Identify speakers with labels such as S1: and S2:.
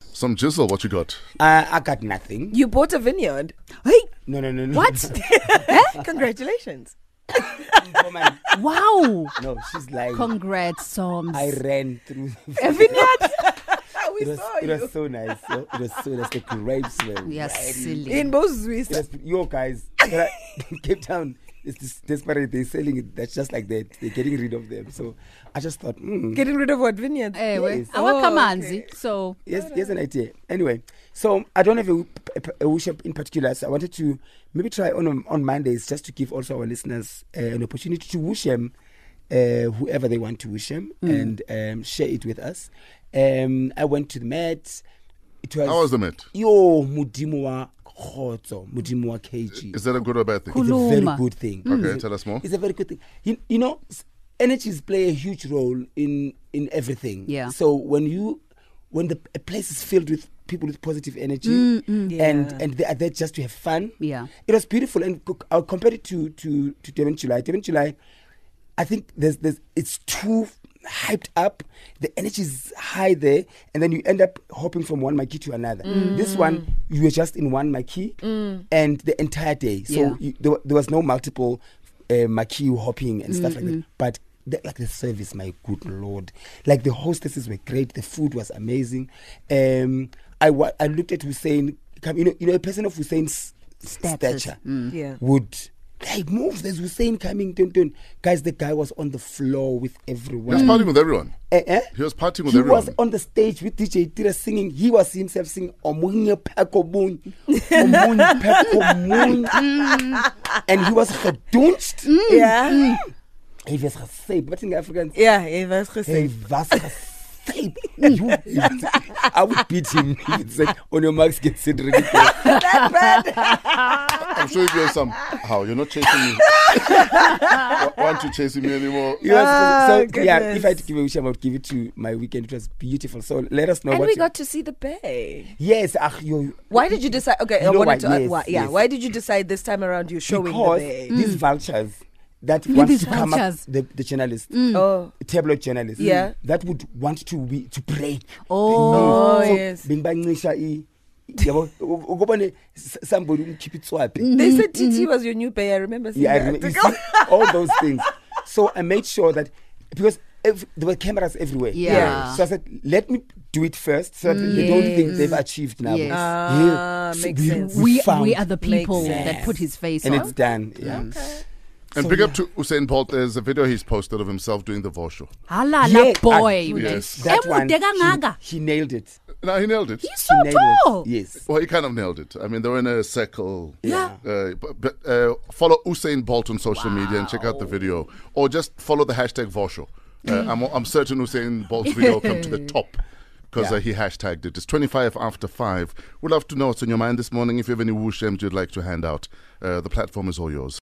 S1: Some jizzle, what you got?
S2: Uh, I got nothing.
S3: You bought a vineyard.
S4: Hey,
S2: No, no, no, no.
S4: what?
S3: Eh? Congratulations.
S2: Woman.
S4: wow.
S2: No, she's lying.
S4: Congrats, Soms.
S2: I ran through.
S4: A vineyard?
S3: we
S2: it, was,
S3: saw
S2: it
S3: you.
S2: was so nice. yo. It was so nice. The grapes were.
S4: You're
S2: ripe.
S4: silly.
S3: In
S2: It
S3: Bozwisa.
S2: was, yo, guys. when I- Cape Town is dis- desperate. They're selling it. That's just like that. They're getting rid of them. So I just thought, mm,
S3: Getting rid of what vineyard?
S4: Ewe,
S2: Yes.
S4: awakamanzi so
S2: Yes, here's an idea. Anyway, so I don't have a, a, a wish in particular, so I wanted to maybe try on um, on Mondays just to give also our listeners uh, an opportunity to wish them uh, whoever they want to wish them and um, share it with us. Um, I went to the Met. It was,
S1: How was the Met?
S2: yo mudimo wa khotso, mudimo wa KG.
S1: Is that a good or bad thing?
S4: Cool.
S2: It's a very
S4: Luma.
S2: good thing.
S1: Okay, tell us more.
S2: It's a very good thing. You, you know, s- energies play a huge role in in everything.
S4: Yeah.
S2: So when you when the a place is filled with people with positive energy and and they are there just to have fun.
S4: Mm, Yeah.
S2: It was beautiful, and co- I'll compare it to to to Devon July. Devon July, I think there's there's it's too hyped up the energy is high there and then you end up hopping from one marquee to another this one you were just in one marquee and the entire day so
S4: Yeah.
S2: you, there, wa- there was no multiple uh, marquee hopping and stuff like that but the, like the service my good lord like the hostesses were great the food was amazing um i wa- i looked at hussein come you know you know a person of hussein's
S4: Status.
S2: stature
S3: Yeah.
S2: would hey move there's hussein coming dun, dun. guys the guy was on the floor with
S1: He was
S2: everyone
S1: partying with everyone.
S2: Eh, eh?
S1: He was partying with
S2: he
S1: everyone.
S2: was on the stage with dj tira singing he was himself singing omunye pheko munye, omunye pheko munye. and he was gedunched
S3: Yeah.
S2: he was gesape but in african
S3: Yeah, it was
S2: hey
S3: gesehen.
S2: was gesape You- i would beat him It's like, on your marks get set ready go."
S1: I'm sure if you're some. How? You're not chasing me. Aren't you chasing me anymore?
S2: It was-
S3: Ah,
S2: so yeah, if
S3: goodness.
S2: I had to give a wish, I would give it to my weekend. It was beautiful. So let us know
S3: And
S2: what.
S3: we
S2: you-
S3: got to see the bay.
S2: yes, ah, you,
S3: Why did you decide? Okay,
S2: You
S3: I
S2: know why?
S3: wanted to. uh,
S2: Yes,
S3: why, yeah,
S2: yes.
S3: why did you decide this time around you're showing
S2: because
S3: the bay?
S2: these vultures that
S4: Yeah,
S2: want
S4: these
S2: to come up
S4: vultures.
S2: the, the journalists,
S3: Oh,
S2: tabloid journalists,
S3: Yeah.
S2: that would want to be to break.
S4: Oh.
S3: Oh,
S2: the news. so
S3: yes.
S2: bengibancisha i yabo u- ukubone s- somebody umkhipitswapi.
S3: they said TT was your new bay. I remember seeing
S2: Mm-hmm. Yeah, I
S3: that.
S2: remember, you see, all those things. So I made sure that because ev- there were cameras everywhere.
S4: Yeah. Yeah.
S2: So I said, let me do it first, so that they don't think
S4: Yes.
S2: they've achieved now.
S4: Mm. Yes.
S3: Ah, makes
S2: we,
S3: sense.
S2: We,
S4: we,
S2: found,
S4: we are the people
S3: Makes
S4: that put his face
S2: and
S4: on
S2: it's done. Yeah.
S1: And
S2: So,
S1: big up to Usain Bolt. There's a video he's posted of himself doing the Vosho.
S4: halala
S2: Yeah,
S4: boy
S2: I-
S4: man.
S1: Yes.
S2: That one,
S4: Emude kangaka.
S2: he, he nailed it.
S1: Now he nailed it.
S4: he's so
S2: nailed
S4: tall
S2: It. Yes.
S1: Well, he kind of nailed it. I mean, they were in a circle.
S2: Yeah.
S1: Uh, but, but, uh, follow Usain Bolt on social media and check out the video, or just follow the hashtag Vosho. Uh, I'm, I'm certain Usain Bolt's video will come to the top because
S2: Yeah.
S1: uh, he hashtagged it. It's 25 after five. We'd love to know what's on your mind this morning. If you have any woo shems you'd like to hand out, uh, the platform is all yours.